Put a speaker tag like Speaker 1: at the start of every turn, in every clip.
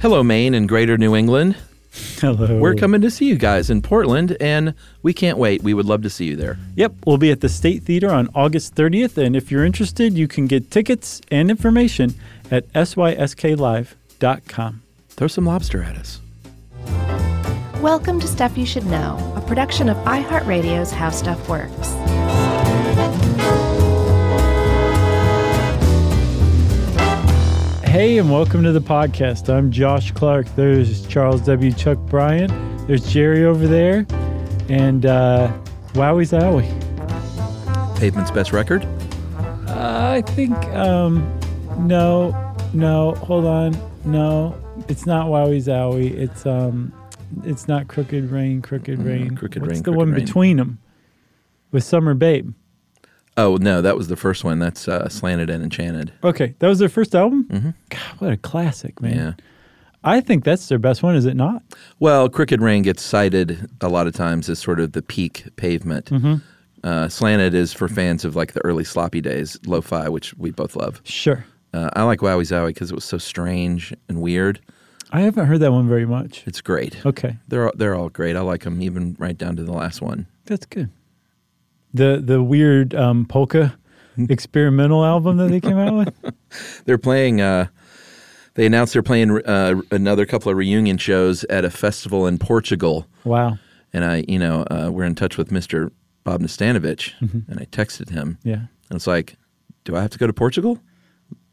Speaker 1: Hello, Maine and Greater New England.
Speaker 2: Hello.
Speaker 1: We're coming to see you guys in Portland, and we can't wait. We would love to see you there.
Speaker 2: Yep, we'll be at the State Theater on August 30th, and if you're interested, you can get tickets and information at sysklive.com.
Speaker 1: Throw some lobster at us.
Speaker 3: Welcome to Stuff You Should Know, a production of iHeartRadio's How Stuff Works.
Speaker 2: Hey, and welcome to the podcast. I'm Josh Clark. There's Charles W. Chuck Bryant. There's Jerry over there, and uh, Wowie Zowie.
Speaker 1: Pavement's best record.
Speaker 2: I think um, no, no. Hold on, no. It's not Wowie Zowie. It's um, it's not Crooked Rain. Crooked Rain.
Speaker 1: Mm, Crooked
Speaker 2: What's
Speaker 1: Rain,
Speaker 2: the
Speaker 1: Crooked
Speaker 2: one
Speaker 1: Rain.
Speaker 2: between them? With Summer Babe.
Speaker 1: Oh no, that was the first one. That's uh, slanted and enchanted.
Speaker 2: Okay, that was their first album. Mm-hmm. God, what a classic, man!
Speaker 1: Yeah.
Speaker 2: I think that's their best one. Is it not?
Speaker 1: Well, Crooked Rain gets cited a lot of times as sort of the peak pavement. Uh, slanted is for fans of like the early sloppy days, lo-fi, which we both love.
Speaker 2: Sure.
Speaker 1: Uh, I like Wowie Zowie because it was so strange and weird.
Speaker 2: I haven't heard that one very much.
Speaker 1: It's great.
Speaker 2: Okay,
Speaker 1: They're all, they're all great. I like them even right down to the last one.
Speaker 2: that's good. The the weird um, polka
Speaker 1: Hmm.
Speaker 2: experimental album that they came out with.
Speaker 1: They're playing. Uh, they announced they're playing uh, another couple of reunion shows at a festival in Portugal.
Speaker 2: Wow.
Speaker 1: And I, you know, uh, we're in touch with Mr. Bob Nastanovich,
Speaker 2: Mm-hmm.
Speaker 1: and I texted him.
Speaker 2: Yeah.
Speaker 1: And it's like, do I have to go to Portugal?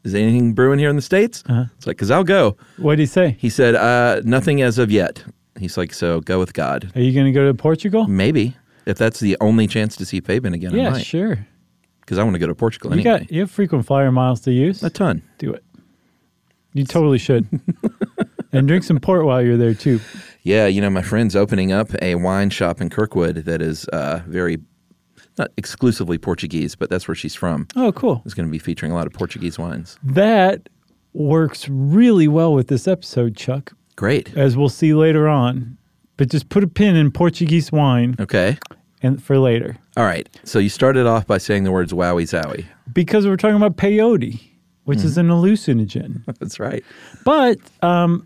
Speaker 1: Is anything brewing here in the states?
Speaker 2: Uh-huh.
Speaker 1: It's like, cause I'll go.
Speaker 2: What did he say?
Speaker 1: He said, uh, nothing as of yet. He's like, so go with God.
Speaker 2: Are you going to go to Portugal?
Speaker 1: Maybe if that's the only chance to see Pavement again, Mm, I
Speaker 2: yeah,
Speaker 1: might.
Speaker 2: sure.
Speaker 1: Because I want to go to Portugal
Speaker 2: You
Speaker 1: anyway.
Speaker 2: got you have frequent flyer miles to use.
Speaker 1: a ton.
Speaker 2: Do it. You totally should. and drink some port while you're there too.
Speaker 1: Yeah, you know, my friend's opening up a wine shop in Kirkwood that is uh, very, not exclusively Portuguese, but that's where she's from.
Speaker 2: Oh, cool.
Speaker 1: It's going to be featuring a lot of Portuguese wines.
Speaker 2: That works really well with this episode, Chuck,
Speaker 1: Great.
Speaker 2: as we'll see later on. But just put a pin in Portuguese wine
Speaker 1: Okay.
Speaker 2: and for later.
Speaker 1: All right. So you started off by saying the words wowie zowie.
Speaker 2: because we're talking about peyote, which
Speaker 1: Mm-hmm.
Speaker 2: is an hallucinogen.
Speaker 1: That's right.
Speaker 2: but um,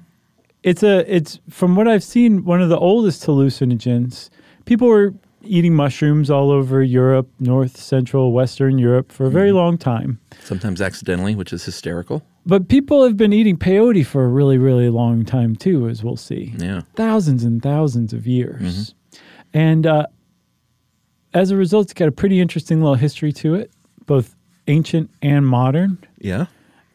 Speaker 2: it's a it's from what I've seen one of the oldest hallucinogens. People were eating mushrooms all over Europe, North, Central, Western Europe for a very long time.
Speaker 1: Sometimes accidentally, which is hysterical.
Speaker 2: But people have been eating peyote for a really, really long time too, as we'll see.
Speaker 1: Yeah.
Speaker 2: Thousands and thousands of years. And uh, as a result, it's got a pretty interesting little history to it, both ancient and modern.
Speaker 1: Yeah.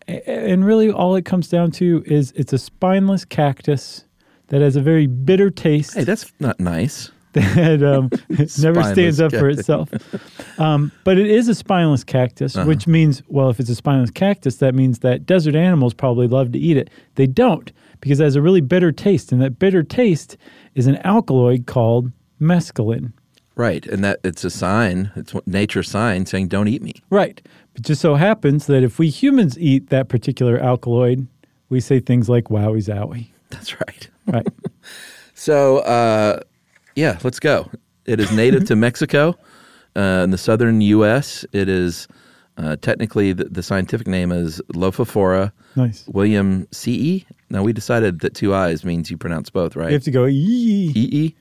Speaker 2: and really all it comes down to is it's a spineless cactus that has a very bitter taste
Speaker 1: Hey, that's not nice.
Speaker 2: that um, never
Speaker 1: Spineless
Speaker 2: stands up for
Speaker 1: cactus.
Speaker 2: itself. Um, but it is a spineless cactus,
Speaker 1: Uh-huh.
Speaker 2: which means, well, if it's a spineless cactus, that means that desert animals probably love to eat it. They don't because it has a really bitter taste, and that bitter taste is an alkaloid called mescaline.
Speaker 1: Right. And that it's a sign, it's what- nature's sign saying, don't eat me.
Speaker 2: Right. But just so happens that if we humans eat that particular alkaloid, we say things like wowie zowie.
Speaker 1: That's right.
Speaker 2: Right.
Speaker 1: So, uh, yeah, let's go. It is native to Mexico uh, in the southern U.S. It is uh, technically the, the scientific name is Lophophora
Speaker 2: nice.
Speaker 1: William C.E. Now, we decided that two I's means you pronounce both, right?
Speaker 2: You have to go yee.
Speaker 1: EE.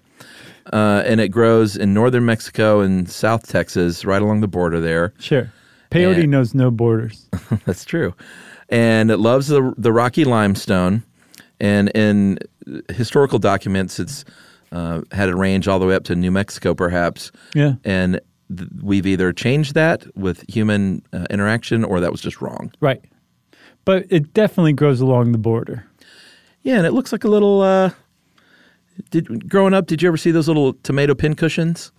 Speaker 1: Uh, and it grows in northern Mexico and south Texas, right along the border there.
Speaker 2: Sure. Peyote
Speaker 1: And-
Speaker 2: knows no borders.
Speaker 1: That's true. And it loves the, the rocky limestone. And in historical documents, it's uh, had a range all the way up to New Mexico, perhaps.
Speaker 2: Yeah.
Speaker 1: And th- we've either changed that with human uh, interaction or that was just wrong.
Speaker 2: Right. But it definitely grows along the border.
Speaker 1: Yeah, and it looks like a little. Uh, did growing up, did you ever see those little tomato pin cushions?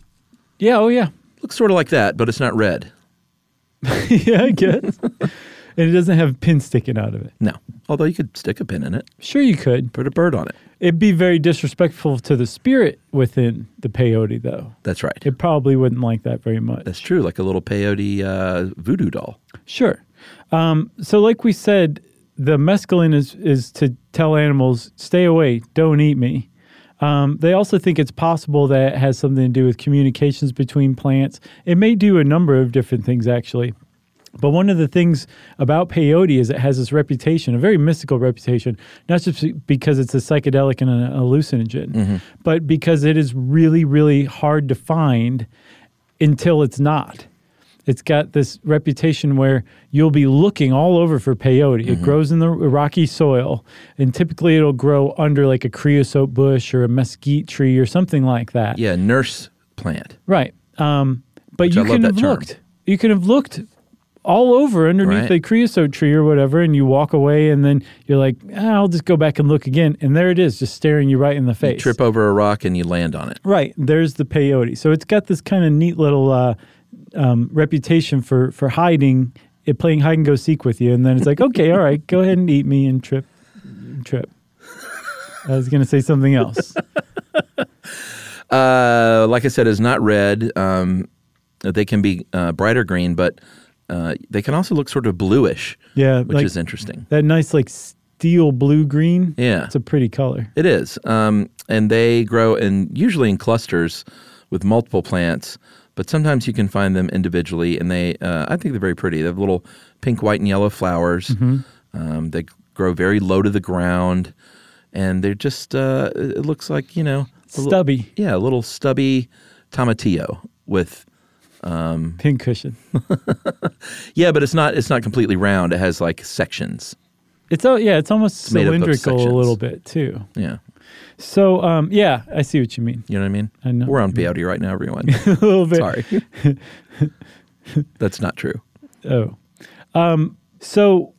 Speaker 2: Yeah. Oh, yeah.
Speaker 1: Looks sort of like that, but it's not red.
Speaker 2: yeah, I guess. and it doesn't have pins sticking out of it.
Speaker 1: No, although you could stick a pin in it,
Speaker 2: Sure, you could.
Speaker 1: put a bird on it.
Speaker 2: It'd be very disrespectful to the spirit within the peyote, though.
Speaker 1: That's right.
Speaker 2: It probably wouldn't like that very much.
Speaker 1: That's true, like a little peyote uh, voodoo doll.
Speaker 2: Sure. Um, so, like we said, the mescaline is is to tell animals stay away, don't eat me. Um, they also think it's possible that it has something to do with communications between plants. It may do a number of different things, actually. But one of the things about peyote is it has this reputation, a very mystical reputation, not just because it's a psychedelic and a hallucinogen, but because it is really, really hard to find until it's not. It's got this reputation where you'll be looking all over for peyote. It grows in the rocky soil, and typically it'll grow under like a creosote bush or a mesquite tree or something like that.
Speaker 1: Yeah, nurse plant.
Speaker 2: Right. Um, but
Speaker 1: Which I
Speaker 2: you
Speaker 1: love
Speaker 2: can
Speaker 1: that
Speaker 2: have
Speaker 1: term.
Speaker 2: looked. You can have looked all over underneath
Speaker 1: Right.
Speaker 2: the creosote tree or whatever, and you walk away, and then you're like, "Ah, I'll just go back and look again, and there it is, just staring you right in the face.
Speaker 1: Trip over a rock and you land on it.
Speaker 2: Right. There's the peyote. So it's got this kind of neat little uh, um, reputation for for hiding, it playing hide and go seek with you, and then it's like, okay, all right, go ahead and eat me and trip, trip. I was gonna say something else.
Speaker 1: Uh, like I said, is not red. Um, they can be uh, brighter green, but uh, they can also look sort of bluish,
Speaker 2: Yeah,
Speaker 1: which
Speaker 2: like
Speaker 1: is interesting.
Speaker 2: that nice like steel blue green.
Speaker 1: Yeah.
Speaker 2: it's a pretty color.
Speaker 1: It is, um, and they grow in usually in clusters with multiple plants, but sometimes you can find them individually. And they, uh, I think they're very pretty. They have little pink, white, and yellow flowers.
Speaker 2: Mm-hmm.
Speaker 1: Um, they grow very low to the ground, and they're just. Uh, it it looks like you know, a li-
Speaker 2: Stubby
Speaker 1: yeah, a little stubby tomatillo with
Speaker 2: pincushion.
Speaker 1: Yeah, but it's not it's not completely round. It has like sections.
Speaker 2: It's all yeah, it's almost
Speaker 1: made up of
Speaker 2: cylindrical a
Speaker 1: sections.
Speaker 2: little bit too.
Speaker 1: Yeah.
Speaker 2: So um, yeah, I see what you mean.
Speaker 1: You know what I mean?
Speaker 2: I know.
Speaker 1: We're on peyote right now, everyone.
Speaker 2: a little bit.
Speaker 1: Sorry. That's not true.
Speaker 2: Oh. Um, so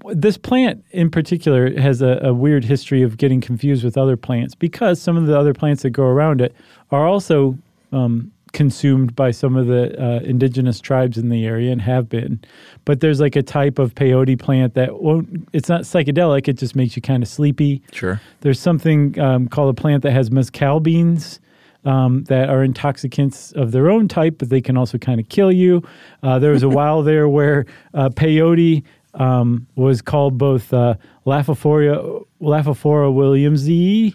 Speaker 2: w- this plant in particular has a, a weird history of getting confused with other plants because some of the other plants that go around it are also um, consumed by some of the uh, indigenous tribes in the area and have been. But there's like a type of peyote plant that won't, it's not psychedelic, it just makes you kind of sleepy.
Speaker 1: Sure.
Speaker 2: There's something um, called a plant that has mezcal beans um, that are intoxicants of their own type, but they can also kind of kill you. Uh, there was a while there where uh, peyote um, was called both uh, Laphophoria, Laphophora williamsi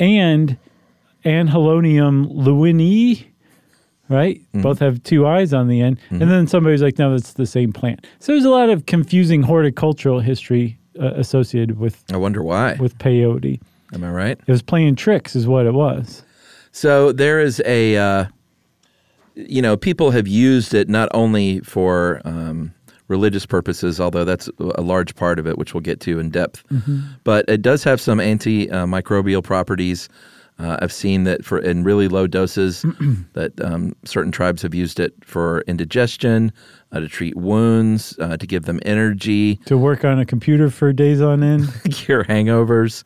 Speaker 2: and Anhelonium lewinii. Right, both have two eyes on the end, and then somebody's like, "No, it's the same plant." So there's a lot of confusing horticultural history uh, associated with
Speaker 1: I wonder why.
Speaker 2: with peyote.
Speaker 1: Am I right?
Speaker 2: It was playing tricks, is what it was.
Speaker 1: So there is a, uh, you know, people have used it not only for um, religious purposes, although that's a large part of it, which we'll get to in depth, but it does have some antimicrobial properties. Uh, I've seen that for in really low doses, that um, certain tribes have used it for indigestion, uh, to treat wounds, uh, to give them energy,
Speaker 2: To work on a computer for days on end.
Speaker 1: cure hangovers,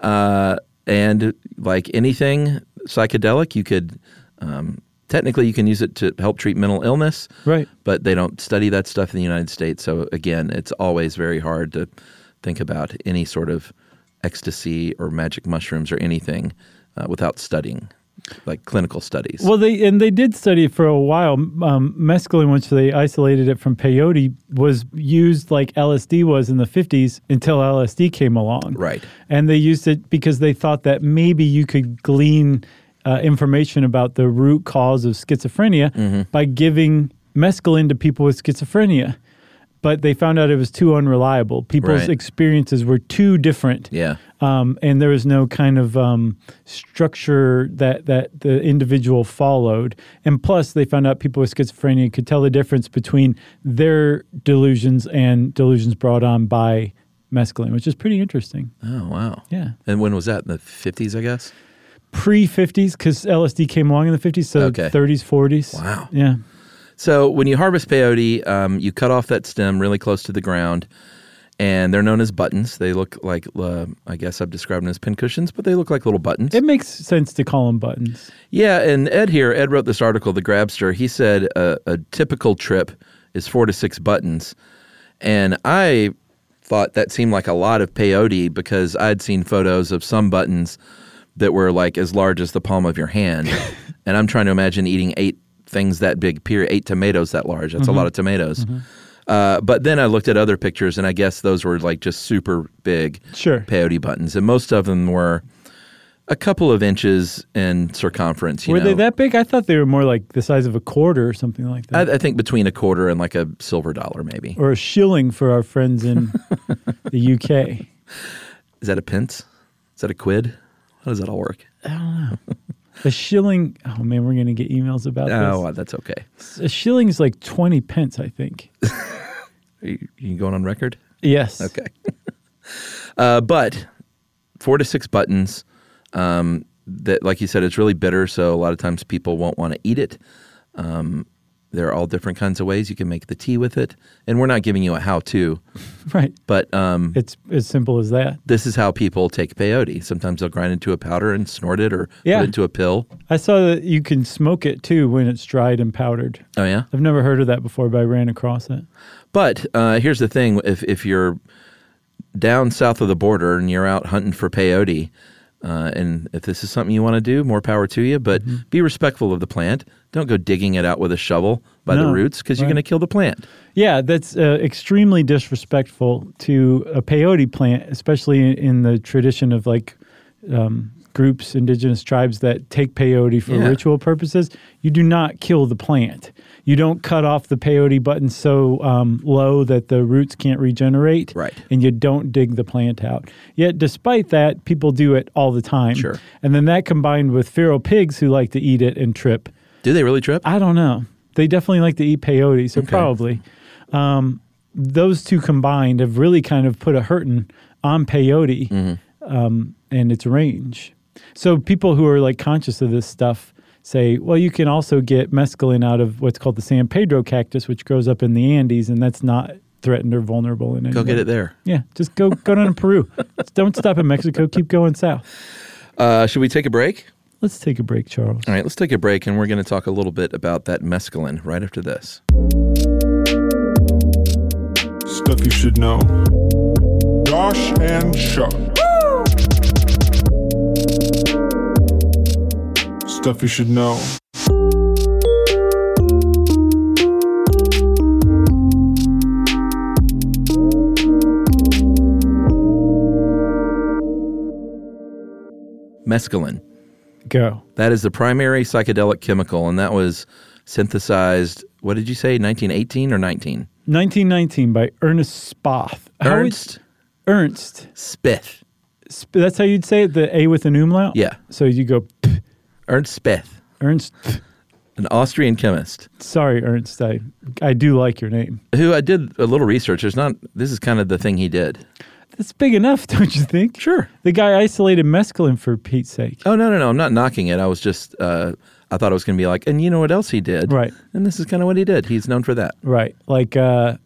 Speaker 1: uh, and like anything psychedelic, you could um, technically you can use it to help treat mental illness,
Speaker 2: right.
Speaker 1: but they don't study that stuff in the United States. So again, it's always very hard to think about any sort of ecstasy or magic mushrooms or anything uh, without studying, like clinical studies.
Speaker 2: Well, they and they did study it for a while. Um, mescaline, which they isolated it from peyote, was used like LSD was in the 50s until LSD came along.
Speaker 1: Right.
Speaker 2: And they used it because they thought that maybe you could glean uh, information about the root cause of schizophrenia
Speaker 1: Mm-hmm.
Speaker 2: by giving mescaline to people with schizophrenia. But they found out it was too unreliable. People's
Speaker 1: Right.
Speaker 2: experiences were too different
Speaker 1: yeah.
Speaker 2: um, and there was no kind of um, structure that that the individual followed. And plus, they found out people with schizophrenia could tell the difference between their delusions and delusions brought on by mescaline, which is pretty interesting.
Speaker 1: Oh wow.
Speaker 2: Yeah,
Speaker 1: And when was that? In the fifties, I guess.
Speaker 2: pre fifties because LSD came along in the fifties, so
Speaker 1: Okay.
Speaker 2: thirties, forties.
Speaker 1: Wow.
Speaker 2: Yeah,
Speaker 1: So when you harvest peyote, um, you cut off that stem really close to the ground, and they're known as buttons. They look like, uh, I guess I've described them as pincushions, but they look like little buttons.
Speaker 2: it makes sense to call them buttons.
Speaker 1: yeah, and Ed here, Ed wrote this article, The Grabster. He said a, a typical trip is four to six buttons, and I thought that seemed like a lot of peyote because I'd seen photos of some buttons that were like as large as the palm of your hand, and I'm trying to imagine eating eight things that big. Period, eight tomatoes that large. That's a lot of tomatoes. Uh, but then I looked at other pictures, and I guess those were like just super big
Speaker 2: Sure.
Speaker 1: peyote buttons, and most of them were a couple of inches in circumference. You
Speaker 2: were
Speaker 1: know?
Speaker 2: they that big? I thought they were more like the size of a quarter or something like that.
Speaker 1: I, I think between a quarter and like a silver dollar, maybe.
Speaker 2: or a shilling for our friends in the UK.
Speaker 1: Is that a pence? Is that a quid? How does that all work?
Speaker 2: A shilling. Oh man, we're gonna get emails about
Speaker 1: Oh, uh, that's okay.
Speaker 2: this. A shilling is like twenty pence, I think.
Speaker 1: Are you, you going on record?
Speaker 2: Yes.
Speaker 1: Okay. uh, but four to six buttons. Um, that, like you said, it's really bitter, so a lot of times people won't want to eat it. Um, there are all different kinds of ways you can make the tea with it, and we're not giving you a how-to,
Speaker 2: Right.
Speaker 1: but um,
Speaker 2: It's as simple as that.
Speaker 1: this is how people take peyote. Sometimes they'll grind into a powder and snort it, or
Speaker 2: Yeah.
Speaker 1: put it into a pill.
Speaker 2: I saw that you can smoke it too when it's dried and powdered.
Speaker 1: Oh yeah,
Speaker 2: I've never heard of that before, but I ran across it.
Speaker 1: But uh, here's the thing: if if you're down south of the border and you're out hunting for peyote, uh, and if this is something you want to do, more power to you. But
Speaker 2: Mm-hmm.
Speaker 1: be respectful of the plant. Don't go digging it out with a shovel by the
Speaker 2: No,
Speaker 1: roots because you're
Speaker 2: right.
Speaker 1: going to kill the plant.
Speaker 2: Yeah, that's uh, extremely disrespectful to a peyote plant, especially in, in the tradition of like um, groups, indigenous tribes that take peyote for
Speaker 1: Yeah.
Speaker 2: ritual purposes. You do not kill the plant. You don't cut off the peyote button so um, low that the roots can't regenerate.
Speaker 1: Right.
Speaker 2: And you don't dig the plant out. Yet, despite that, people do it all the time.
Speaker 1: Sure.
Speaker 2: And then that combined with feral pigs who like to eat it and trip.
Speaker 1: Do they really trip?
Speaker 2: I don't know. They definitely like to eat peyote, so probably. Um, those two combined have really kind of put a hurting on peyote
Speaker 1: Mm-hmm.
Speaker 2: um, and its range. So people who are like conscious of this stuff say, well, you can also get mescaline out of what's called the San Pedro cactus, which grows up in the Andes, and that's not threatened or vulnerable in any
Speaker 1: go
Speaker 2: way.
Speaker 1: get it there.
Speaker 2: Yeah, just go go down to Peru. Don't stop in Mexico. Keep going south.
Speaker 1: Uh, should we take a break?
Speaker 2: Let's take a break, Charles.
Speaker 1: All right, let's take a break, and we're going to talk a little bit about that mescaline right after this.
Speaker 4: Stuff you should know. Josh and Chuck. Stuff you should know.
Speaker 1: Mescaline.
Speaker 2: Go.
Speaker 1: That is the primary psychedelic chemical, and that was synthesized. What did you say? 1918 or 19?
Speaker 2: 1919 by Ernest Spoth. How would-
Speaker 1: Ernst
Speaker 2: Ernst.
Speaker 1: Spith.
Speaker 2: Sp- that's how you'd say it, the A with an umlaut?
Speaker 1: Yeah.
Speaker 2: So you go, "Pff,
Speaker 1: Ernst Spith,
Speaker 2: Ernst. pff."
Speaker 1: an Austrian chemist
Speaker 2: Sorry, Ernst. I, I do like your name.
Speaker 1: who I did a little research. There's not, this is kind of the thing he did.
Speaker 2: That's big enough, don't you think?
Speaker 1: Sure.
Speaker 2: The guy isolated mescaline for Pete's sake.
Speaker 1: Oh, no, no, no. I'm not knocking it. I was just, uh, I thought it was going to be like, and you know what else he did?
Speaker 2: Right.
Speaker 1: And this is kind of what he did. He's known for that.
Speaker 2: Right. Like uh,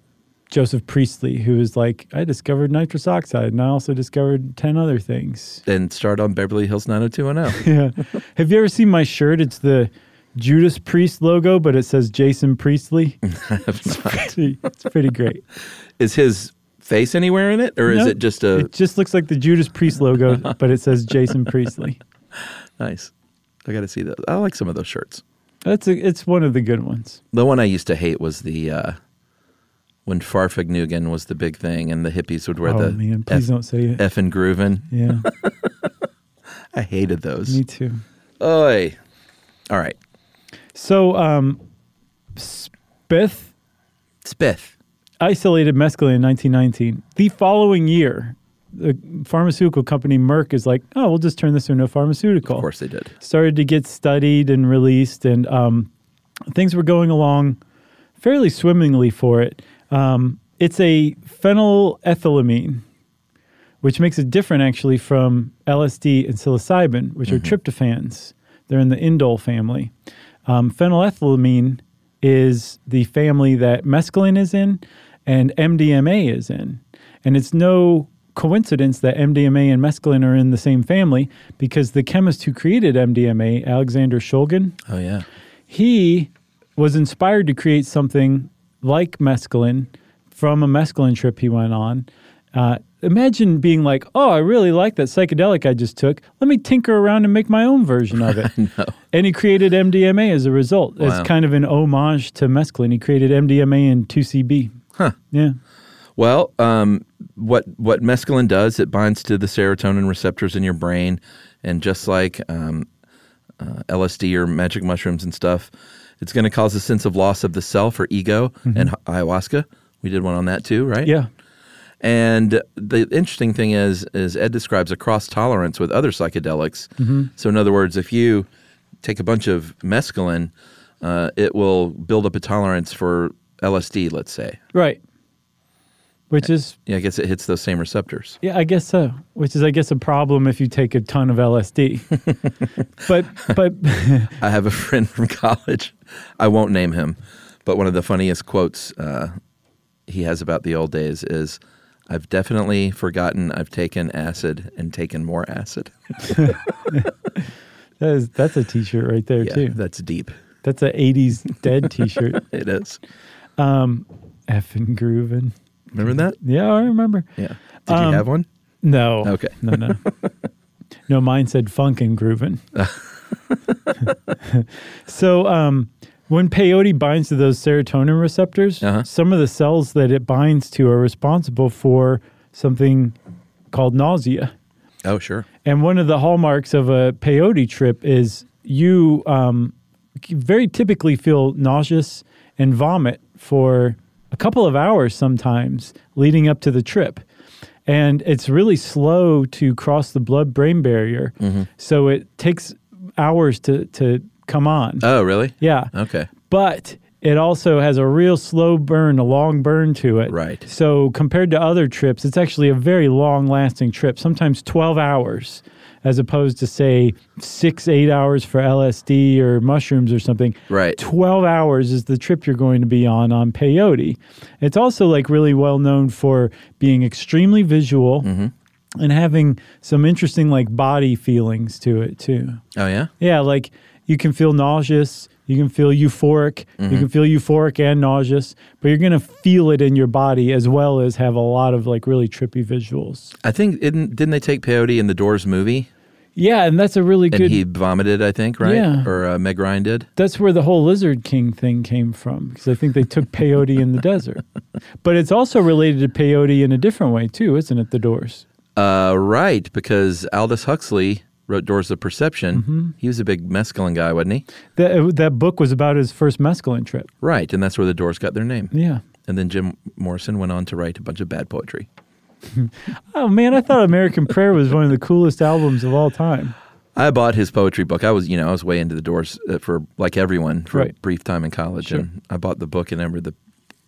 Speaker 2: Joseph Priestley, who was like, I discovered nitrous oxide and I also discovered 10 other things.
Speaker 1: And started on Beverly Hills 90210.
Speaker 2: Yeah. Have you ever seen my shirt? It's the Judas Priest logo, but it says Jason Priestley. it's, pretty, it's pretty great.
Speaker 1: is his face anywhere in it? Or is
Speaker 2: No,
Speaker 1: it just a,
Speaker 2: It just looks like the Judas Priest logo, but it says Jason Priestley.
Speaker 1: nice. I got to see those. I like some of those shirts.
Speaker 2: That's a, it's one of the good ones.
Speaker 1: The one I used to hate was the, uh, when Farfignugan was the big thing and the hippies would wear
Speaker 2: oh
Speaker 1: the
Speaker 2: man, please don't say it.
Speaker 1: F and groovin'.
Speaker 2: yeah,
Speaker 1: I hated those.
Speaker 2: me too.
Speaker 1: Oy. All right.
Speaker 2: So, um, Spith
Speaker 1: Spith.
Speaker 2: isolated mescaline in 1919. The following year, the pharmaceutical company Merck is like, oh, we'll just turn this into a pharmaceutical.
Speaker 1: Of course they did.
Speaker 2: started to get studied and released, and um, things were going along fairly swimmingly for it. Um, it's a phenylethylamine, which makes it different actually from LSD and psilocybin, which are tryptophans. They're in the indole family. Um, phenylethylamine is the family that mescaline is in and MDMA is in. And it's no coincidence that MDMA and mescaline are in the same family because the chemist who created MDMA, Alexander Shulgin,
Speaker 1: Oh yeah.
Speaker 2: he was inspired to create something like mescaline from a mescaline trip he went on. Uh, imagine being like, oh, I really like that psychedelic I just took. Let me tinker around and make my own version of it. And he created MDMA as a result,
Speaker 1: Wow.
Speaker 2: as kind of an homage to mescaline. He created MDMA and 2CB. Huh. Yeah.
Speaker 1: Well, um, what what mescaline does, it binds to the serotonin receptors in your brain, and just like um, uh, LSD or magic mushrooms and stuff, it's going to cause a sense of loss of the self or ego. And h- ayahuasca, we did one on that too, right?
Speaker 2: Mm-hmm. Yeah.
Speaker 1: And the interesting thing is, is Ed describes a cross tolerance with other psychedelics. So, in other words, if you take a bunch of mescaline, uh, it will build up a tolerance for LSD. Let's say,
Speaker 2: Right. Which is,
Speaker 1: yeah, I guess it hits those same receptors.
Speaker 2: yeah, I guess so. Which is, I guess, a problem if you take a ton of LSD. but, but,
Speaker 1: I have a friend from college. I won't name him, but one of the funniest quotes uh, he has about the old days is, "I've definitely forgotten I've taken acid and taken more acid."
Speaker 2: that is, that's a t shirt right there,
Speaker 1: Yeah,
Speaker 2: too.
Speaker 1: that's deep.
Speaker 2: That's a 80s dead t shirt.
Speaker 1: It is.
Speaker 2: Effing grooving.
Speaker 1: Remember that?
Speaker 2: Yeah, I remember.
Speaker 1: Yeah. Did
Speaker 2: Um,
Speaker 1: you have one?
Speaker 2: No.
Speaker 1: Okay.
Speaker 2: No, no. no, mine said funk and grooving. so um, when peyote binds to those serotonin receptors,
Speaker 1: Uh-huh.
Speaker 2: some of the cells that it binds to are responsible for something called nausea.
Speaker 1: Oh, sure.
Speaker 2: And one of the hallmarks of a peyote trip is you um, very typically feel nauseous and vomit for a couple of hours sometimes leading up to the trip. And it's really slow to cross the blood brain barrier. So it takes hours to, to come on.
Speaker 1: Oh, really?
Speaker 2: yeah
Speaker 1: Okay.
Speaker 2: but it also has a real slow burn, a long burn to it.
Speaker 1: Right.
Speaker 2: So compared to other trips, it's actually a very long lasting trip, sometimes 12 hours, as opposed to, say, six, eight hours for LSD or mushrooms or something.
Speaker 1: Right.
Speaker 2: 12 hours is the trip you're going to be on on peyote. It's also like really well known for being extremely visual
Speaker 1: Mm-hmm.
Speaker 2: and having some interesting like body feelings to it too.
Speaker 1: Oh, yeah.
Speaker 2: Yeah, like you can feel nauseous, you can feel euphoric,
Speaker 1: Mm-hmm.
Speaker 2: you can feel euphoric and nauseous, but you're gonna feel it in your body as well as have a lot of like really trippy visuals.
Speaker 1: I think didn't didn't they take peyote in the Doors movie
Speaker 2: Yeah, and that's a really
Speaker 1: and
Speaker 2: good.
Speaker 1: he vomited? I think right.
Speaker 2: Yeah.
Speaker 1: Or uh, Meg Ryan did.
Speaker 2: that's where the whole lizard king thing came from because I think they took peyote in the desert, but it's also related to peyote in a different way too, isn't it? The Doors.
Speaker 1: Uh, right, because Aldous Huxley wrote Doors of Perception.
Speaker 2: Mm-hmm.
Speaker 1: He was a big mescaline guy, wasn't he?
Speaker 2: That uh, that book was about his first mescaline trip.
Speaker 1: Right, and that's where the Doors got their name.
Speaker 2: Yeah.
Speaker 1: And then Jim Morrison went on to write a bunch of bad poetry.
Speaker 2: Oh man, I thought American Prayer was one of the coolest albums of all time.
Speaker 1: I bought his poetry book. I was, you know, I was way into the Doors uh, for like everyone for a
Speaker 2: Right.
Speaker 1: brief time in college,
Speaker 2: Sure.
Speaker 1: and I bought the book and I read the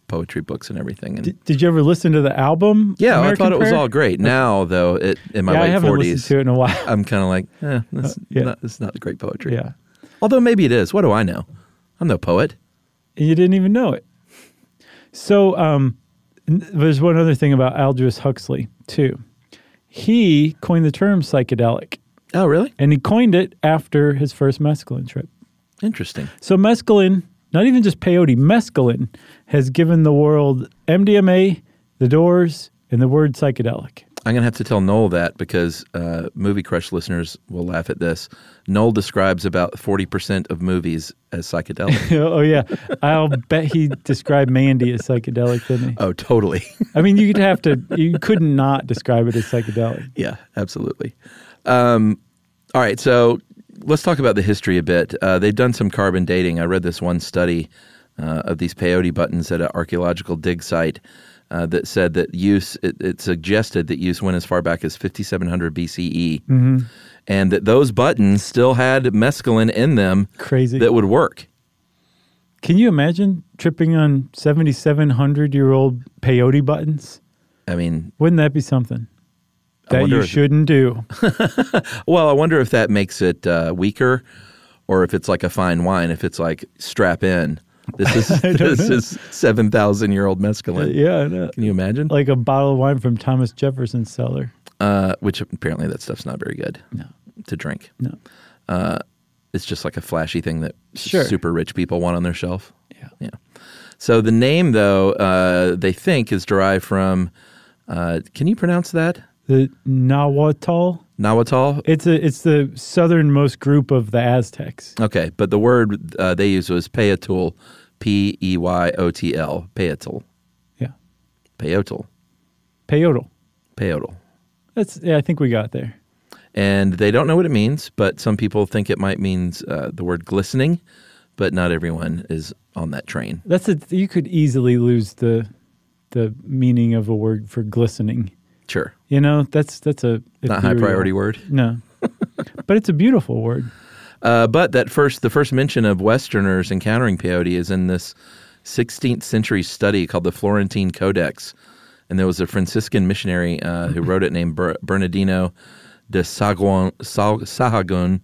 Speaker 1: poetry books and everything. And
Speaker 2: Did, did you ever listen to the album?
Speaker 1: yeah,
Speaker 2: American
Speaker 1: I thought it was
Speaker 2: Prayer?
Speaker 1: all great. Now though, it in my
Speaker 2: yeah, I
Speaker 1: late
Speaker 2: haven't listened
Speaker 1: forties,
Speaker 2: to it in a while. Uh,
Speaker 1: I'm kind of like, eh, that's
Speaker 2: yeah.
Speaker 1: not, that's not great poetry.
Speaker 2: yeah,
Speaker 1: Although maybe it is. What do I know? I'm no poet.
Speaker 2: and you didn't even know it. So um, n- there's one other thing about Aldous Huxley too. He coined the term psychedelic,
Speaker 1: Oh, really?
Speaker 2: and he coined it after his first mescaline trip.
Speaker 1: Interesting.
Speaker 2: So mescaline, not even just peyote, mescaline has given the world MDMA, The Doors, and the word psychedelic.
Speaker 1: I'm going to have to tell Noel that because uh, Movie Crush listeners will laugh at this. Noel describes about 40% of movies as psychedelic.
Speaker 2: oh yeah, I'll bet he described Mandy as psychedelic, didn't he?
Speaker 1: oh, totally.
Speaker 2: I mean, you'd have to, you couldn't not describe it as psychedelic.
Speaker 1: yeah, absolutely. Um, all right, so let's talk about the history a bit. Uh, they've done some carbon dating. I read this one study uh, of these peyote buttons at an archaeological dig site. Uh, that said that use it, it suggested that use went as far back as 5700 BCE, E. and that those buttons still had mescaline in them
Speaker 2: Crazy.
Speaker 1: that would work.
Speaker 2: Can you imagine tripping on 7,700 year old peyote buttons?
Speaker 1: I mean,
Speaker 2: Wouldn't that be something
Speaker 1: I
Speaker 2: that
Speaker 1: wonder
Speaker 2: you
Speaker 1: if-
Speaker 2: shouldn't do?
Speaker 1: well, I wonder if that makes it uh, weaker, or if it's like a fine wine. If it's like strap in, this is this is seven thousand year old mescaline.
Speaker 2: yeah, I know.
Speaker 1: Can you imagine?
Speaker 2: like a bottle of wine from Thomas Jefferson's cellar.
Speaker 1: Uh, which apparently that stuff's not very good
Speaker 2: No.
Speaker 1: to drink.
Speaker 2: No.
Speaker 1: It's just like a flashy thing that
Speaker 2: Sure.
Speaker 1: super rich people want on their shelf.
Speaker 2: Yeah.
Speaker 1: Yeah. So the name, though, uh, they think is derived from. Uh, can you pronounce that?
Speaker 2: The Nahuatl.
Speaker 1: Nahuatl?
Speaker 2: It's a it's the southernmost group of the Aztecs.
Speaker 1: Okay, but the word uh, they used was peyotl, P E Y O T L, peyotl,
Speaker 2: Yeah.
Speaker 1: peyotl.
Speaker 2: Peyote.
Speaker 1: peyote.
Speaker 2: That's yeah, I think we got there.
Speaker 1: And they don't know what it means, but some people think it might mean uh, the word glistening, but not everyone is on that train.
Speaker 2: That's a you could easily lose the the meaning of a word for glistening.
Speaker 1: Sure.
Speaker 2: You know, that's that's a
Speaker 1: Not high
Speaker 2: ethereal-
Speaker 1: priority word.
Speaker 2: No. but it's a beautiful word.
Speaker 1: Uh, but that first, the first mention of Westerners encountering peyote is in this 16th century study called the Florentine Codex, and there was a Franciscan missionary uh, who wrote it named Ber- Bernardino de Saguan, Sa- Sahagun,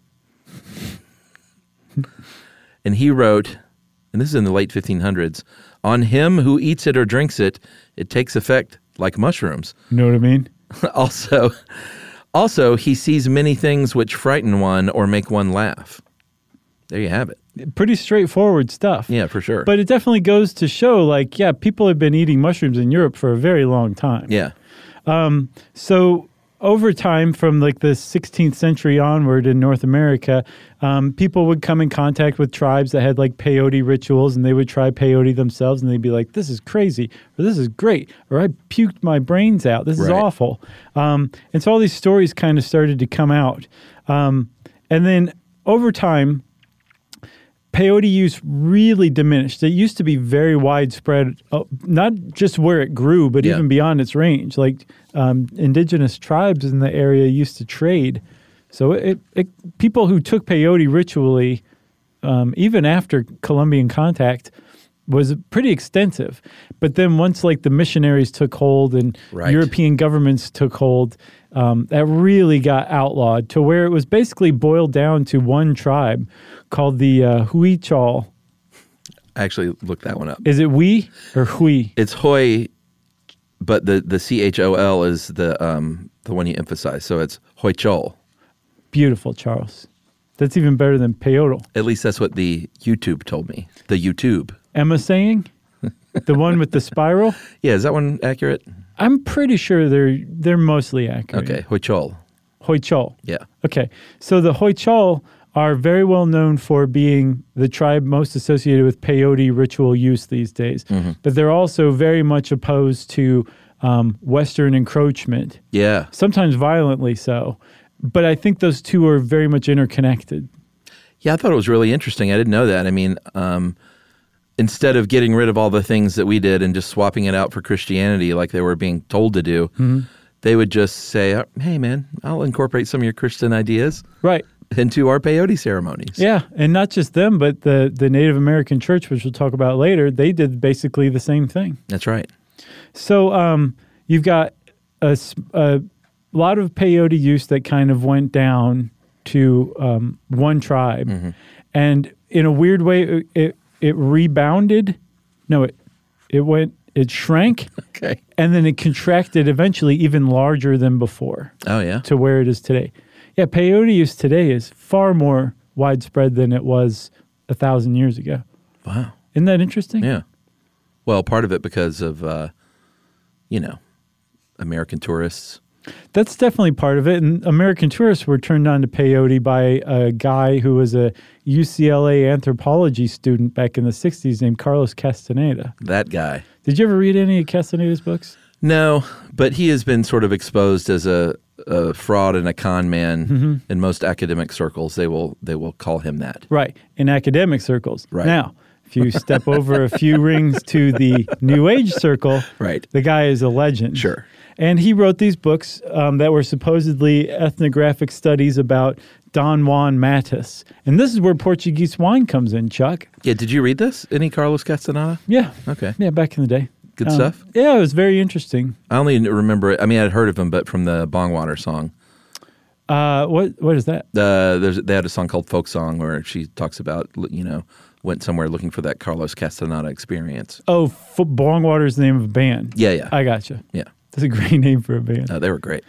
Speaker 1: and he wrote, and this is in the late 1500s, on him who eats it or drinks it, it takes effect like mushrooms
Speaker 2: You know what I mean?
Speaker 1: also also he sees many things which frighten one or make one laugh there you have it
Speaker 2: Pretty straightforward stuff.
Speaker 1: yeah for sure
Speaker 2: But it definitely goes to show like, yeah, people have been eating mushrooms in Europe for a very long time.
Speaker 1: yeah
Speaker 2: So over time, from like the 16th century onward in North America, um, people would come in contact with tribes that had like peyote rituals, and they would try peyote themselves, and they'd be like, "This is crazy," or "This is great," or "I puked my brains out. This is
Speaker 1: Right.
Speaker 2: awful." Um, and so all these stories kind of started to come out, um, and then over time, peyote use really diminished. It used to be very widespread, uh, not just where it grew, but
Speaker 1: Yeah.
Speaker 2: even beyond its range. Like um, indigenous tribes in the area used to trade. So it, it people who took peyote ritually, um, even after Colombian contact, was pretty extensive. But then once like the missionaries took hold and
Speaker 1: Right.
Speaker 2: European governments took hold, um, that really got outlawed to where it was basically boiled down to one tribe called the uh, Huichol.
Speaker 1: I actually looked that one up
Speaker 2: Is it we or Hui?
Speaker 1: it's hoy but the the c-h-o-l is the um the one you emphasize so it's hoichol
Speaker 2: Beautiful, Charles. That's even better than peyote.
Speaker 1: at least that's what the youtube told me the youtube
Speaker 2: Emma saying the one with the spiral.
Speaker 1: yeah is that one accurate
Speaker 2: I'm pretty sure they're they're mostly accurate.
Speaker 1: okay hoichol
Speaker 2: Hoichol.
Speaker 1: yeah
Speaker 2: Okay. So the Hoichol are very well known for being the tribe most associated with peyote ritual use these days, but they're also very much opposed to um, Western encroachment,
Speaker 1: yeah
Speaker 2: sometimes violently so. But I think those two are very much interconnected.
Speaker 1: Yeah, I thought it was really interesting. I didn't know that. I mean, um, instead of getting rid of all the things that we did and just swapping it out for Christianity like they were being told to do, they would just say, uh, hey, man, I'll incorporate some of your Christian ideas
Speaker 2: Right.
Speaker 1: into our peyote ceremonies.
Speaker 2: Yeah, and not just them, but the the Native American church, which we'll talk about later, they did basically the same thing.
Speaker 1: That's right.
Speaker 2: So um, you've got a, s- a lot of peyote use that kind of went down to um, one tribe,
Speaker 1: Mm-hmm.
Speaker 2: and in a weird way, it, it it rebounded. No, it it went it shrank,
Speaker 1: Okay.
Speaker 2: and then it contracted eventually, even larger than before
Speaker 1: Oh, yeah.
Speaker 2: to where it is today. Yeah, peyote use today is far more widespread than it was a thousand years ago.
Speaker 1: Wow.
Speaker 2: Isn't that interesting?
Speaker 1: Yeah. Well, part of it because of, uh, you know, American tourists.
Speaker 2: That's definitely part of it. And American tourists were turned on to peyote by a guy who was a UCLA anthropology student back in the 60s named Carlos Castaneda.
Speaker 1: That guy.
Speaker 2: Did you ever read any of Castaneda's books?
Speaker 1: No, but he has been sort of exposed as a, a fraud and a con man in most academic circles. They will they will call him that.
Speaker 2: Right, in academic circles.
Speaker 1: Right.
Speaker 2: Now, if you step over a few rings to the New Age circle,
Speaker 1: Right.
Speaker 2: the guy is a legend.
Speaker 1: Sure.
Speaker 2: And he wrote these books um, that were supposedly ethnographic studies about Don Juan Matus. And this is where Portuguese wine comes in, Chuck.
Speaker 1: Yeah, did you read this? Any Carlos Castaneda?
Speaker 2: Yeah.
Speaker 1: Okay.
Speaker 2: Yeah, back in the day. Um,
Speaker 1: Good stuff.
Speaker 2: Yeah, it was very interesting.
Speaker 1: I only remember it. I mean, I'd heard of him, but from the Bongwater song.
Speaker 2: Uh, what What is that?
Speaker 1: Uh, there's, they had a song called Folk Song where she talks about, you know, went somewhere looking for that Carlos Castaneda experience.
Speaker 2: Oh, F- Bongwater's the name of a band.
Speaker 1: Yeah, yeah.
Speaker 2: I gotcha.
Speaker 1: Yeah.
Speaker 2: That's a great name for a band.
Speaker 1: No, they were great.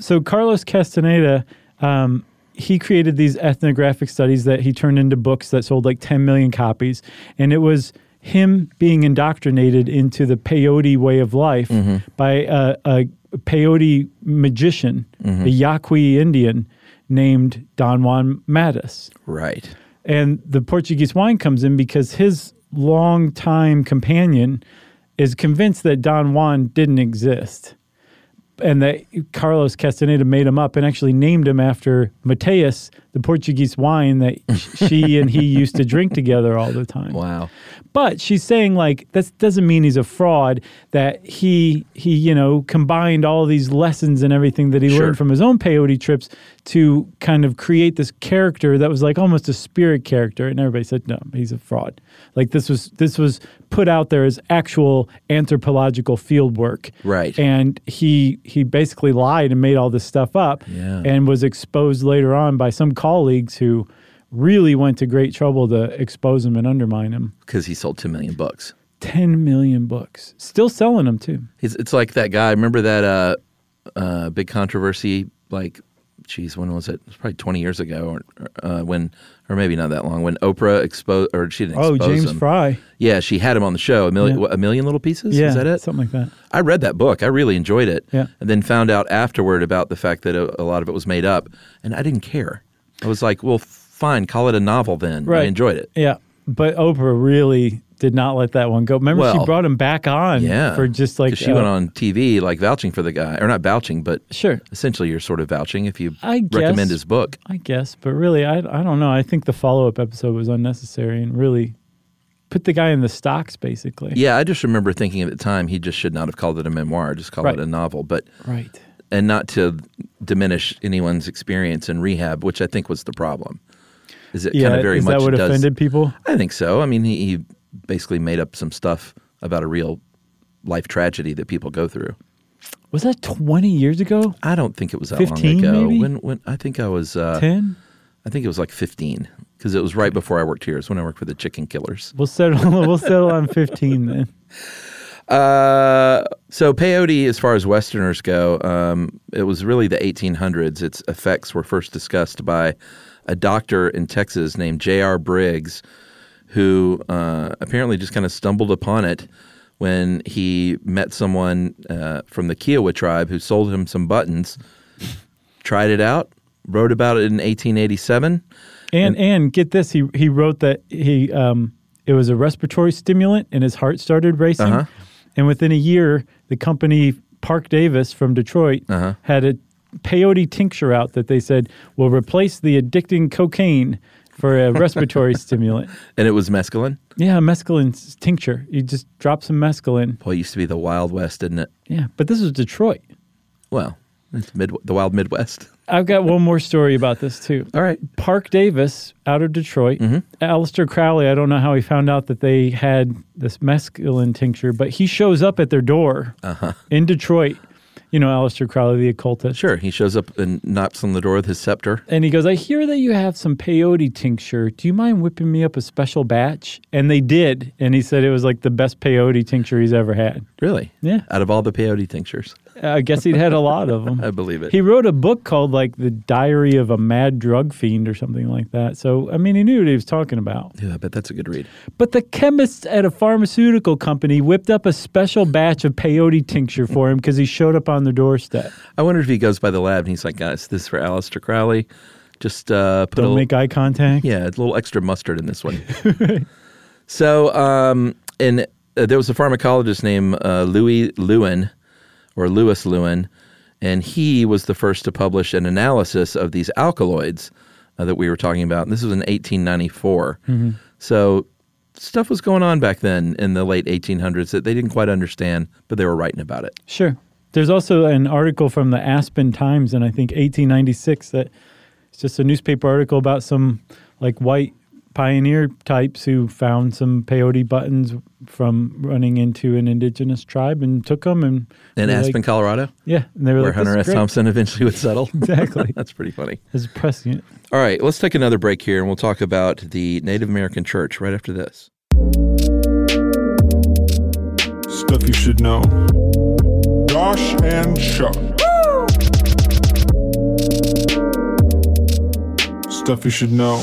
Speaker 2: so Carlos Castaneda, um, he created these ethnographic studies that he turned into books that sold like 10 million copies, and it was him being indoctrinated into the peyote way of life
Speaker 1: Mm-hmm.
Speaker 2: by a, a peyote magician,
Speaker 1: Mm-hmm.
Speaker 2: a Yaqui Indian named Don Juan Mattis.
Speaker 1: Right.
Speaker 2: And the Portuguese wine comes in because his longtime companion is convinced that Don Juan didn't exist. and that Carlos Castaneda made him up and actually named him after Mateus, the Portuguese wine that she and he used to drink together all the time.
Speaker 1: Wow.
Speaker 2: But she's saying like that doesn't mean he's a fraud. That he he you know combined all these lessons and everything that he
Speaker 1: Sure.
Speaker 2: learned from his own peyote trips to kind of create this character that was like almost a spirit character. And everybody said no, he's a fraud. Like this was this was put out there as actual anthropological field work.
Speaker 1: Right.
Speaker 2: And he he basically lied and made all this stuff up.
Speaker 1: Yeah.
Speaker 2: And was exposed later on by some colleagues who. Really went to great trouble to expose him and undermine him.
Speaker 1: Because he sold 2 million books.
Speaker 2: 10 million books. Still selling them too.
Speaker 1: He's, it's like that guy. Remember that uh, uh, big controversy? Like, geez, when was it? It was probably 20 years ago, or uh, when, or maybe not that long, when Oprah exposed, or she didn't
Speaker 2: Oh,
Speaker 1: expose
Speaker 2: James
Speaker 1: him.
Speaker 2: Fry.
Speaker 1: Yeah, she had him on the show. A million,
Speaker 2: Yeah.
Speaker 1: what, a million little pieces.
Speaker 2: Yeah.
Speaker 1: Is that it?
Speaker 2: Something like that.
Speaker 1: I read that book. I really enjoyed it.
Speaker 2: Yeah.
Speaker 1: And then found out afterward about the fact that a, a lot of it was made up, and I didn't care. I was like, well, fine, call it a novel then. I
Speaker 2: Right.
Speaker 1: enjoyed it.
Speaker 2: Yeah. But Oprah really did not let that one go. Remember, she
Speaker 1: Well,
Speaker 2: brought him back on
Speaker 1: Yeah.
Speaker 2: for just like.
Speaker 1: 'Cause she
Speaker 2: uh,
Speaker 1: went on TV like vouching for the guy, or not vouching, but
Speaker 2: Sure.
Speaker 1: essentially you're sort of vouching if you
Speaker 2: I guess.
Speaker 1: recommend his book.
Speaker 2: I guess. But really, I, I don't know. I think the follow up episode was unnecessary and really put the guy in the stocks, basically.
Speaker 1: Yeah, I just remember thinking at the time he just should not have called it a memoir, just call
Speaker 2: Right.
Speaker 1: it a novel. But
Speaker 2: Right.
Speaker 1: and not to diminish anyone's experience in rehab, which I think was the problem. Is it
Speaker 2: Yeah.
Speaker 1: kind of very
Speaker 2: is
Speaker 1: much
Speaker 2: that what
Speaker 1: does,
Speaker 2: offended people?
Speaker 1: I think so. I mean, he, he basically made up some stuff about a real life tragedy that people go through.
Speaker 2: Was that 20 years ago?
Speaker 1: I don't think it was that
Speaker 2: 15
Speaker 1: long ago.
Speaker 2: maybe?
Speaker 1: When when I think I was uh,
Speaker 2: 10?
Speaker 1: I think it was like 15 because it was right before I worked here. It's when I worked for the Chicken Killers.
Speaker 2: We'll settle, we'll settle on 15 then.
Speaker 1: Uh, so peyote, as far as Westerners go, um, it was really the 1800s. Its effects were first discussed by a doctor in Texas named J.R. Briggs, who uh, apparently just kind of stumbled upon it when he met someone uh, from the Kiowa tribe who sold him some buttons, tried it out, wrote about it in 1887.
Speaker 2: And and get this, he he wrote that he um it was a respiratory stimulant and his heart started racing.
Speaker 1: Uh-huh.
Speaker 2: And within a year, the company Park Davis from Detroit
Speaker 1: Uh-huh.
Speaker 2: had a peyote tincture out that they said will replace the addicting cocaine for a respiratory stimulant.
Speaker 1: And it was mescaline.
Speaker 2: Yeah, mescaline s- tincture. You just drop some mescaline.
Speaker 1: Well, it used to be the Wild West, didn't it?
Speaker 2: Yeah, but this was Detroit.
Speaker 1: Well, it's mid- the Wild Midwest.
Speaker 2: I've got one more story about this too.
Speaker 1: All right.
Speaker 2: Park Davis out of Detroit. Aleister Crowley, I don't know how he found out that they had this mescaline tincture, but he shows up at their door in Detroit. You know, Aleister Crowley, the occultist.
Speaker 1: Sure, he shows up and knocks on the door with his scepter.
Speaker 2: And he goes, I hear that you have some peyote tincture. Do you mind whipping me up a special batch? And they did. And he said it was like the best peyote tincture he's ever had.
Speaker 1: Really?
Speaker 2: Yeah.
Speaker 1: Out of all the peyote tinctures,
Speaker 2: I guess he'd had a lot of them.
Speaker 1: I believe it.
Speaker 2: He wrote a book called like The Diary of a Mad Drug Fiend or something like that. So, I mean, he knew what he was talking about.
Speaker 1: yeah, I bet that's a good read.
Speaker 2: But the chemists at a pharmaceutical company whipped up a special batch of peyote tincture for him because he showed up on their doorstep.
Speaker 1: I wonder if he goes by the lab and he's like, guys, this is for Aleister Crowley. Just uh, put a
Speaker 2: Don't
Speaker 1: little,
Speaker 2: make eye contact.
Speaker 1: yeah, a little extra mustard in this one. so, um, and uh, there was a pharmacologist named uh, Louis Lewin, or Louis Lewin, and he was the first to publish an analysis of these alkaloids uh, that we were talking about. And this was in 1894.
Speaker 2: Mm-hmm.
Speaker 1: So stuff was going on back then in the late 1800s that they didn't quite understand, but they were writing about it.
Speaker 2: Sure. There's also an article from the Aspen Times in I think 1896 that it's just a newspaper article about some like white pioneer types who found some peyote buttons from running into an indigenous tribe and took them and
Speaker 1: In
Speaker 2: were like-
Speaker 1: Aspen, Colorado,
Speaker 2: yeah, and they were
Speaker 1: where
Speaker 2: like,
Speaker 1: Hunter S.
Speaker 2: this is great.
Speaker 1: Thompson eventually would settle.
Speaker 2: Exactly.
Speaker 1: That's pretty funny.
Speaker 2: This is prescient.
Speaker 1: All right, let's take another break here and we'll talk about the Native American church right after this.
Speaker 4: Stuff you should know. Josh and Chuck. Stuff you should know.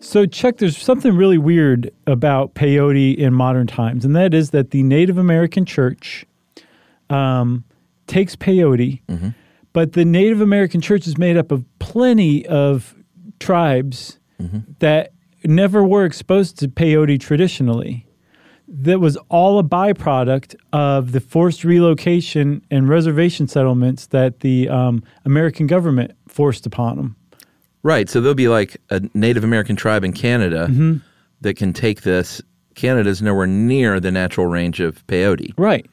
Speaker 2: So, Chuck, there's something really weird about peyote in modern times, and that is that the Native American church um, takes peyote, But the Native American church is made up of plenty of tribes that never were exposed to peyote traditionally. That was all a byproduct of the forced relocation and reservation settlements that the um, American government forced upon them.
Speaker 1: Right. So there'll be like a Native American tribe in Canada that can take this. Canada's nowhere near the natural range of peyote.
Speaker 2: Right.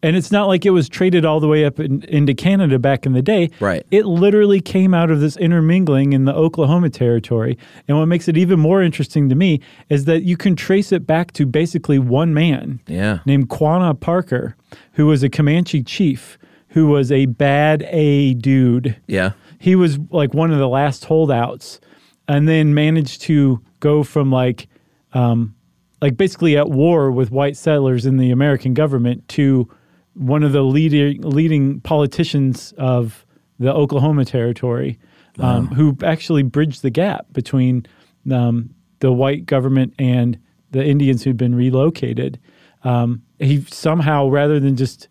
Speaker 2: And it's not like it was traded all the way up in, into Canada back in the day.
Speaker 1: Right.
Speaker 2: It literally came out of this intermingling in the Oklahoma territory. And what makes it even more interesting to me is that you can trace it back to basically one man
Speaker 1: Yeah.
Speaker 2: named Quanah Parker, who was a Comanche chief, who was a bad A dude
Speaker 1: Yeah.
Speaker 2: he was like one of the last holdouts and then managed to go from like um like basically at war with white settlers in the American government to one of the leading leading politicians of the Oklahoma territory um, who actually bridged the gap between um, the white government and the Indians who'd been relocated. Um, he somehow, rather than just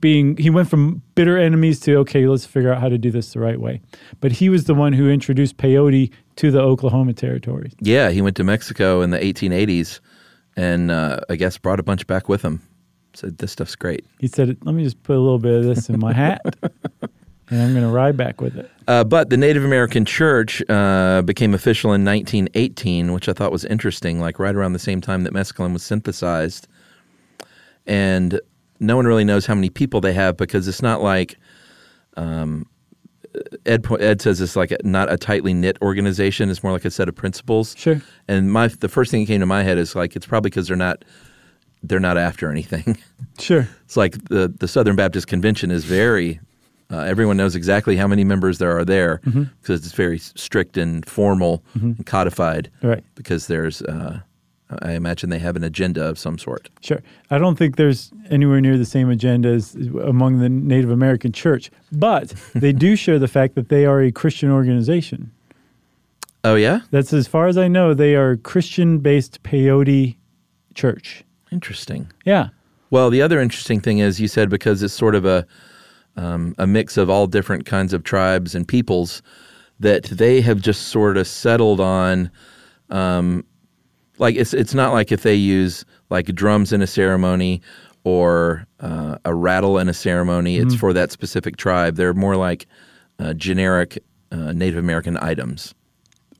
Speaker 2: being he went from bitter enemies to okay let's figure out how to do this the right way but he was the one who introduced peyote to the oklahoma territory
Speaker 1: Yeah. He went to Mexico in the 1880s and uh, I guess brought a bunch back with him. Said, this stuff's great.
Speaker 2: he said let me just put a little bit of this in my hat and i'm going to ride back with it
Speaker 1: Uh, but the Native American Church uh, became official in 1918, which I thought was interesting, like right around the same time that mescaline was synthesized. And no one really knows how many people they have because it's not like um, Ed, po- Ed says it's like a, not a tightly knit organization. It's more like a set of principles.
Speaker 2: Sure.
Speaker 1: And my the first thing that came to my head is like it's probably because they're not they're not after anything.
Speaker 2: sure
Speaker 1: It's like the, the Southern Baptist Convention is very, uh, everyone knows exactly how many members there are there because it's very s- strict and formal and codified.
Speaker 2: Right.
Speaker 1: Because there's, uh, I imagine they have an agenda of some sort.
Speaker 2: sure i don't think there's anywhere near the same agenda as among the native american church but they do share the fact that they are a christian organization
Speaker 1: Oh, yeah?
Speaker 2: that's as far as i know they are a christian based peyote church
Speaker 1: Interesting.
Speaker 2: yeah
Speaker 1: Well, the other interesting thing is you said because it's sort of a, um, a mix of all different kinds of tribes and peoples that they have just sort of settled on. Um, like it's it's not like if they use like drums in a ceremony or uh, a rattle in a ceremony, it's for that specific tribe. They're more like uh, generic uh, Native American items.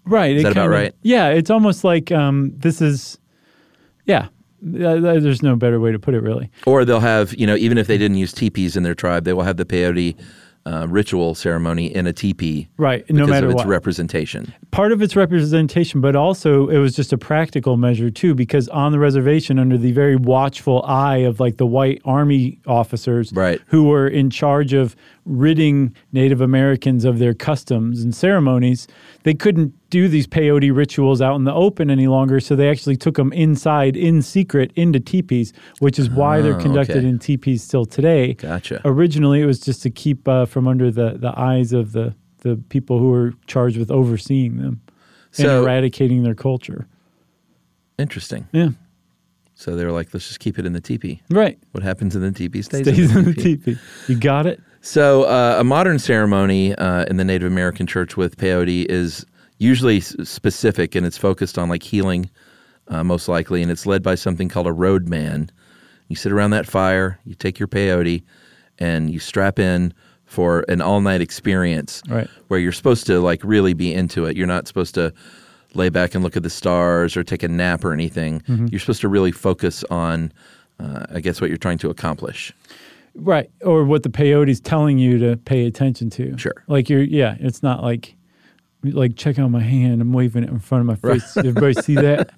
Speaker 2: Right.
Speaker 1: Is
Speaker 2: it
Speaker 1: that about
Speaker 2: kinda-
Speaker 1: right?
Speaker 2: Yeah. It's almost like um, this is, yeah. th- th- There's no better way to put it, really.
Speaker 1: Or they'll have you know even if they didn't use teepees in their tribe, they will have the peyote uh, ritual ceremony in a teepee.
Speaker 2: Right. No
Speaker 1: Because
Speaker 2: matter
Speaker 1: of its
Speaker 2: what.
Speaker 1: representation.
Speaker 2: Part of its representation, but also it was just a practical measure, too, because on the reservation, under the very watchful eye of like the white army officers
Speaker 1: Right.
Speaker 2: who were in charge of ridding Native Americans of their customs and ceremonies, they couldn't do these peyote rituals out in the open any longer. So they actually took them inside in secret into teepees, which is why they're conducted
Speaker 1: Oh, okay.
Speaker 2: in teepees still today.
Speaker 1: Gotcha.
Speaker 2: Originally, it was just to keep uh, from under the, the eyes of the, the people who were charged with overseeing them
Speaker 1: So-
Speaker 2: and eradicating their culture.
Speaker 1: Interesting.
Speaker 2: Yeah.
Speaker 1: So they were like, let's just keep it in the teepee.
Speaker 2: Right.
Speaker 1: What happens in the teepee stays,
Speaker 2: Stays
Speaker 1: in
Speaker 2: in
Speaker 1: the
Speaker 2: the
Speaker 1: teepee.
Speaker 2: teepee. You got it?
Speaker 1: So uh, a modern ceremony uh, in the Native American church with peyote is usually s- specific and it's focused on like healing, uh, most likely, and it's led by something called a roadman. You sit around that fire, you take your peyote, and you strap in for an all-night experience
Speaker 2: Right.
Speaker 1: where you're supposed to like really be into it. You're not supposed to lay back and look at the stars or take a nap or anything. You're supposed to really focus on, uh, I guess, what you're trying to accomplish.
Speaker 2: Right. Or what the peyote's telling you to pay attention to.
Speaker 1: Sure.
Speaker 2: Like you're yeah, it's not like like check out my hand, I'm waving it in front of my face. Everybody see that?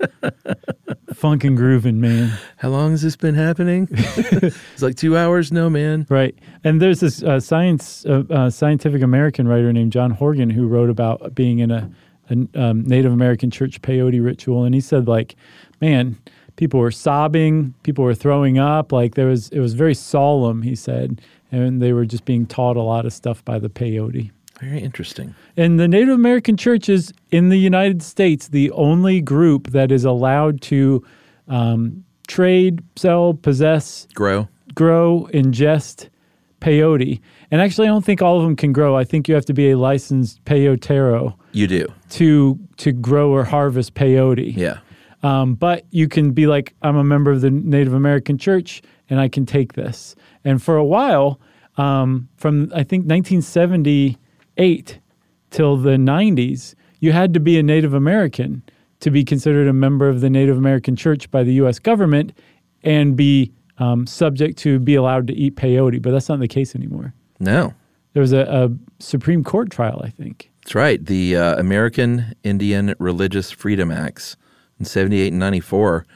Speaker 2: Funk and grooving, man.
Speaker 1: How long has this been happening? it's like two hours. No, man.
Speaker 2: Right. And there's this uh, science uh, uh, scientific American writer named John Horgan who wrote about being in a, a um, Native American church peyote ritual, and he said like, man, people were sobbing, people were throwing up, like there was it was very solemn. He said, and they were just being taught a lot of stuff by the peyote.
Speaker 1: Very interesting.
Speaker 2: And the Native American church is in the United States the only group that is allowed to um, trade, sell, possess,
Speaker 1: Grow.
Speaker 2: grow, ingest peyote. And actually, I don't think all of them can grow. I think you have to be a licensed peyotero
Speaker 1: You do.
Speaker 2: to to grow or harvest peyote.
Speaker 1: Yeah.
Speaker 2: Um, but you can be like, I'm a member of the Native American Church, and I can take this. And for a while, um, from I think 1978 till the 90s, you had to be a Native American to be considered a member of the Native American Church by the U.S. government, and be um, subject to be allowed to eat peyote. But that's not the case anymore.
Speaker 1: No.
Speaker 2: There was a, a Supreme Court trial, I think.
Speaker 1: That's right. The uh, American Indian Religious Freedom Acts in 78 and 94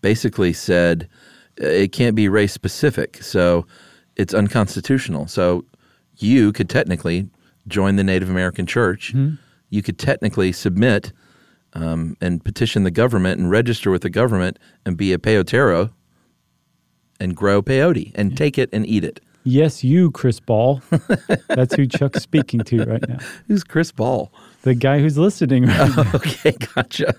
Speaker 1: basically said uh, it can't be race specific. So it's unconstitutional. So you could technically join the Native American Church. You could technically submit um, and petition the government and register with the government and be a peotero and grow peyote and take it and eat it.
Speaker 2: Yes, you, Chris Ball. That's who Chuck's speaking to right now.
Speaker 1: Who's Chris Ball?
Speaker 2: The guy who's listening. Right now.
Speaker 1: Okay, gotcha.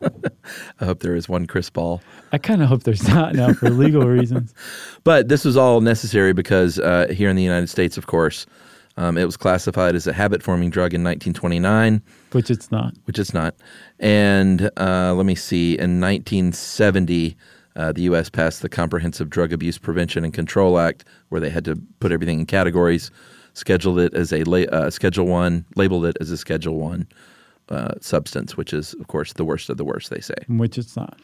Speaker 1: I hope there is one Chris Ball.
Speaker 2: I kind of hope there's not now for legal reasons.
Speaker 1: But this was all necessary because uh, here in the United States, of course, um, it was classified as a habit forming drug in 1929,
Speaker 2: Which it's not.
Speaker 1: which it's not. And uh, let me see, in 1970, uh, the U.S. passed the Comprehensive Drug Abuse Prevention and Control Act, where they had to put everything in categories, scheduled it as a la- uh, Schedule One, labeled it as a Schedule One uh, substance, which is, of course, the worst of the worst. They say.
Speaker 2: Which it's not.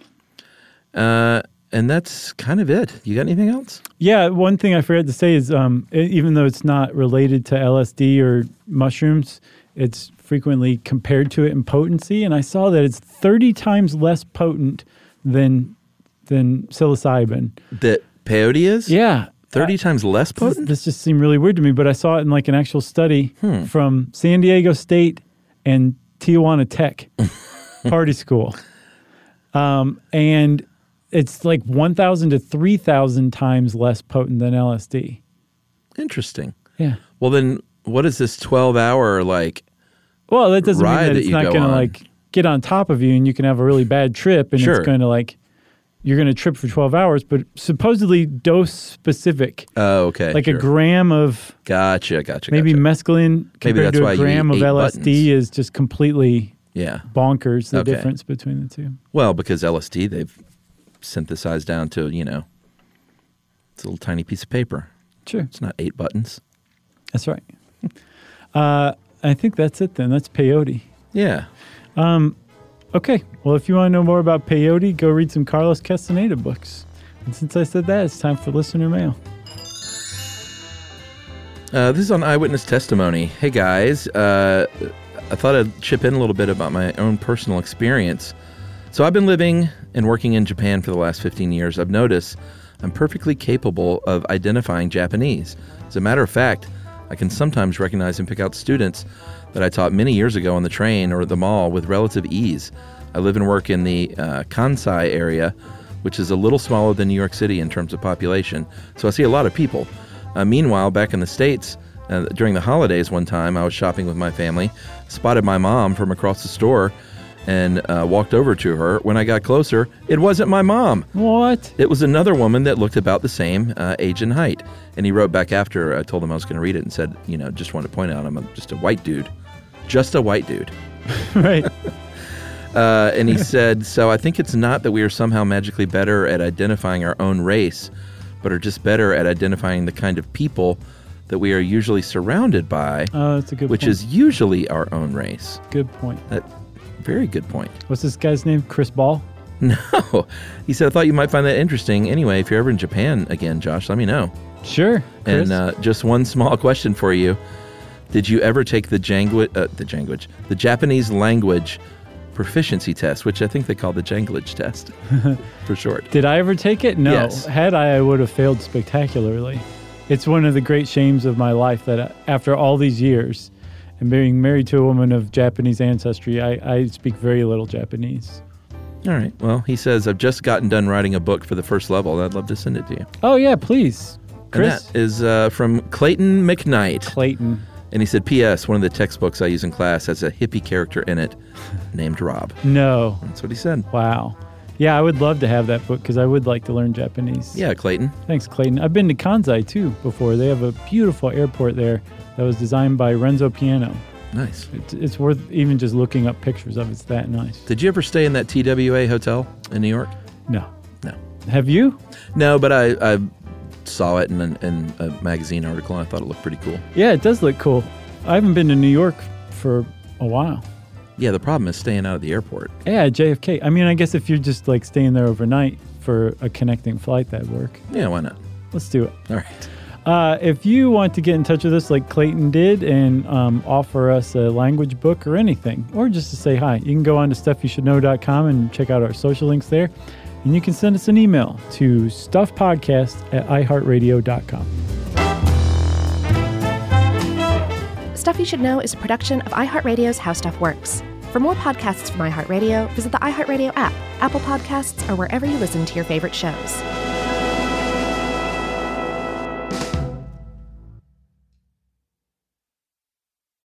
Speaker 1: Uh, and that's kind of it. You got anything else?
Speaker 2: Yeah, one thing I forgot to say is um, e- even though it's not related to LSD or mushrooms, it's frequently compared to it in potency. And I saw that it's 30 times less potent than than psilocybin.
Speaker 1: That peyote is?
Speaker 2: Yeah.
Speaker 1: 30 times less
Speaker 2: This,
Speaker 1: potent?
Speaker 2: this just seemed really weird to me, but I saw it in like an actual study
Speaker 1: Hmm.
Speaker 2: from San Diego State and Tijuana Tech Party School. Um, and it's like 1,000 to 3,000 times less potent than LSD.
Speaker 1: Interesting.
Speaker 2: Yeah.
Speaker 1: Well, then what is this 12 hour like?
Speaker 2: Well, that doesn't
Speaker 1: Ride
Speaker 2: mean that
Speaker 1: that
Speaker 2: it's
Speaker 1: you
Speaker 2: not
Speaker 1: go
Speaker 2: going to
Speaker 1: on.
Speaker 2: like get on top of you and you can have a really bad trip and
Speaker 1: Sure.
Speaker 2: it's going to like, you're going to trip for 12 hours, but supposedly dose specific,
Speaker 1: Oh, okay.
Speaker 2: like
Speaker 1: sure.
Speaker 2: a gram of
Speaker 1: Gotcha, gotcha.
Speaker 2: Maybe
Speaker 1: gotcha.
Speaker 2: mescaline compared
Speaker 1: that's
Speaker 2: to
Speaker 1: why
Speaker 2: a
Speaker 1: you
Speaker 2: gram of
Speaker 1: eat
Speaker 2: LSD
Speaker 1: buttons.
Speaker 2: is just completely
Speaker 1: yeah.
Speaker 2: bonkers. The
Speaker 1: Okay.
Speaker 2: difference between the two.
Speaker 1: Well, because LSD, they've synthesized down to, you know, it's a little tiny piece of paper.
Speaker 2: Sure,
Speaker 1: It's not eight buttons.
Speaker 2: that's right. uh, I think that's it then. That's peyote.
Speaker 1: Yeah.
Speaker 2: Okay. Well, if you want to know more about peyote, go read some Carlos Castaneda books. And since I said that, it's time for listener mail.
Speaker 1: Uh, this is on eyewitness testimony. Hey guys, uh, I thought I'd chip in a little bit about my own personal experience. So I've been living and working in Japan for the last 15 years. I've noticed I'm perfectly capable of identifying Japanese. As a matter of fact, I can sometimes recognize and pick out students that I taught many years ago on the train or at the mall with relative ease. I live and work in the uh, Kansai area, which is a little smaller than New York City in terms of population, so I see a lot of people. Uh, meanwhile, back in the States, uh, during the holidays one time, I was shopping with my family, spotted my mom from across the store, and uh, walked over to her. When I got closer, it wasn't my mom.
Speaker 2: What?
Speaker 1: It was another woman that looked about the same uh, age and height. And he wrote back after I told him I was going to read it and said, you know, just wanted to point out I'm a, just a white dude. Just a white dude.
Speaker 2: right.
Speaker 1: Uh, and he said, So I think it's not that we are somehow magically better at identifying our own race, but are just better at identifying the kind of people that we are usually surrounded by,
Speaker 2: Oh, that's a good.
Speaker 1: which
Speaker 2: point.
Speaker 1: is usually our own race.
Speaker 2: good point.
Speaker 1: That, very good point.
Speaker 2: What's this guy's name? Chris Ball.
Speaker 1: No. He said, I thought Oh, you might find that interesting. Anyway, if you're ever in Japan again, Josh, let me know.
Speaker 2: Sure. Chris.
Speaker 1: And uh, just one small question for you: Did you ever take the jangwi- uh, the janguage, the Japanese language proficiency test, which I think they call the janglage test for short?
Speaker 2: Did I ever take it? No.
Speaker 1: Yes.
Speaker 2: Had I, I would have failed spectacularly. It's one of the great shames of my life that uh, after all these years and being married to a woman of Japanese ancestry, I, I speak very little Japanese.
Speaker 1: All right. Well, he says I've just gotten done writing a book for the first level. and I'd love to send it to you.
Speaker 2: Oh, yeah, please.
Speaker 1: and
Speaker 2: Chris
Speaker 1: that is uh, from Clayton McKnight.
Speaker 2: Clayton.
Speaker 1: And he said, P.S. One of the textbooks I use in class has a hippie character in it named Rob.
Speaker 2: No.
Speaker 1: That's what he said.
Speaker 2: Wow. Yeah, I would love to have that book because I would like to learn Japanese.
Speaker 1: Yeah, Clayton.
Speaker 2: Thanks, Clayton. I've been to Kansai too before. They have a beautiful airport there that was designed by Renzo Piano.
Speaker 1: Nice.
Speaker 2: It's, it's worth even just looking up pictures of. It's that nice.
Speaker 1: Did you ever stay in that TWA hotel in New York?
Speaker 2: No.
Speaker 1: No.
Speaker 2: Have you?
Speaker 1: No, but I, I saw it in, an, in a magazine article. And I thought it looked pretty cool.
Speaker 2: Yeah, it does look cool. I haven't been to New York for a while.
Speaker 1: Yeah, the problem is staying out of the airport.
Speaker 2: Yeah, JFK. I mean, I guess if you're just like staying there overnight for a connecting flight, that'd work.
Speaker 1: Yeah, why not?
Speaker 2: Let's do it.
Speaker 1: All right.
Speaker 2: Uh, if you want to get in touch with us like Clayton did and um, offer us a language book or anything, or just to say hi, you can go on to stuffyoushouldknow.com and check out our social links there. And you can send us an email to stuffpodcast at iheartradio.com.
Speaker 3: Stuff You Should Know is a production of iHeartRadio's How Stuff Works. For more podcasts from iHeartRadio, visit the iHeartRadio app, Apple Podcasts, or wherever you listen to your favorite shows.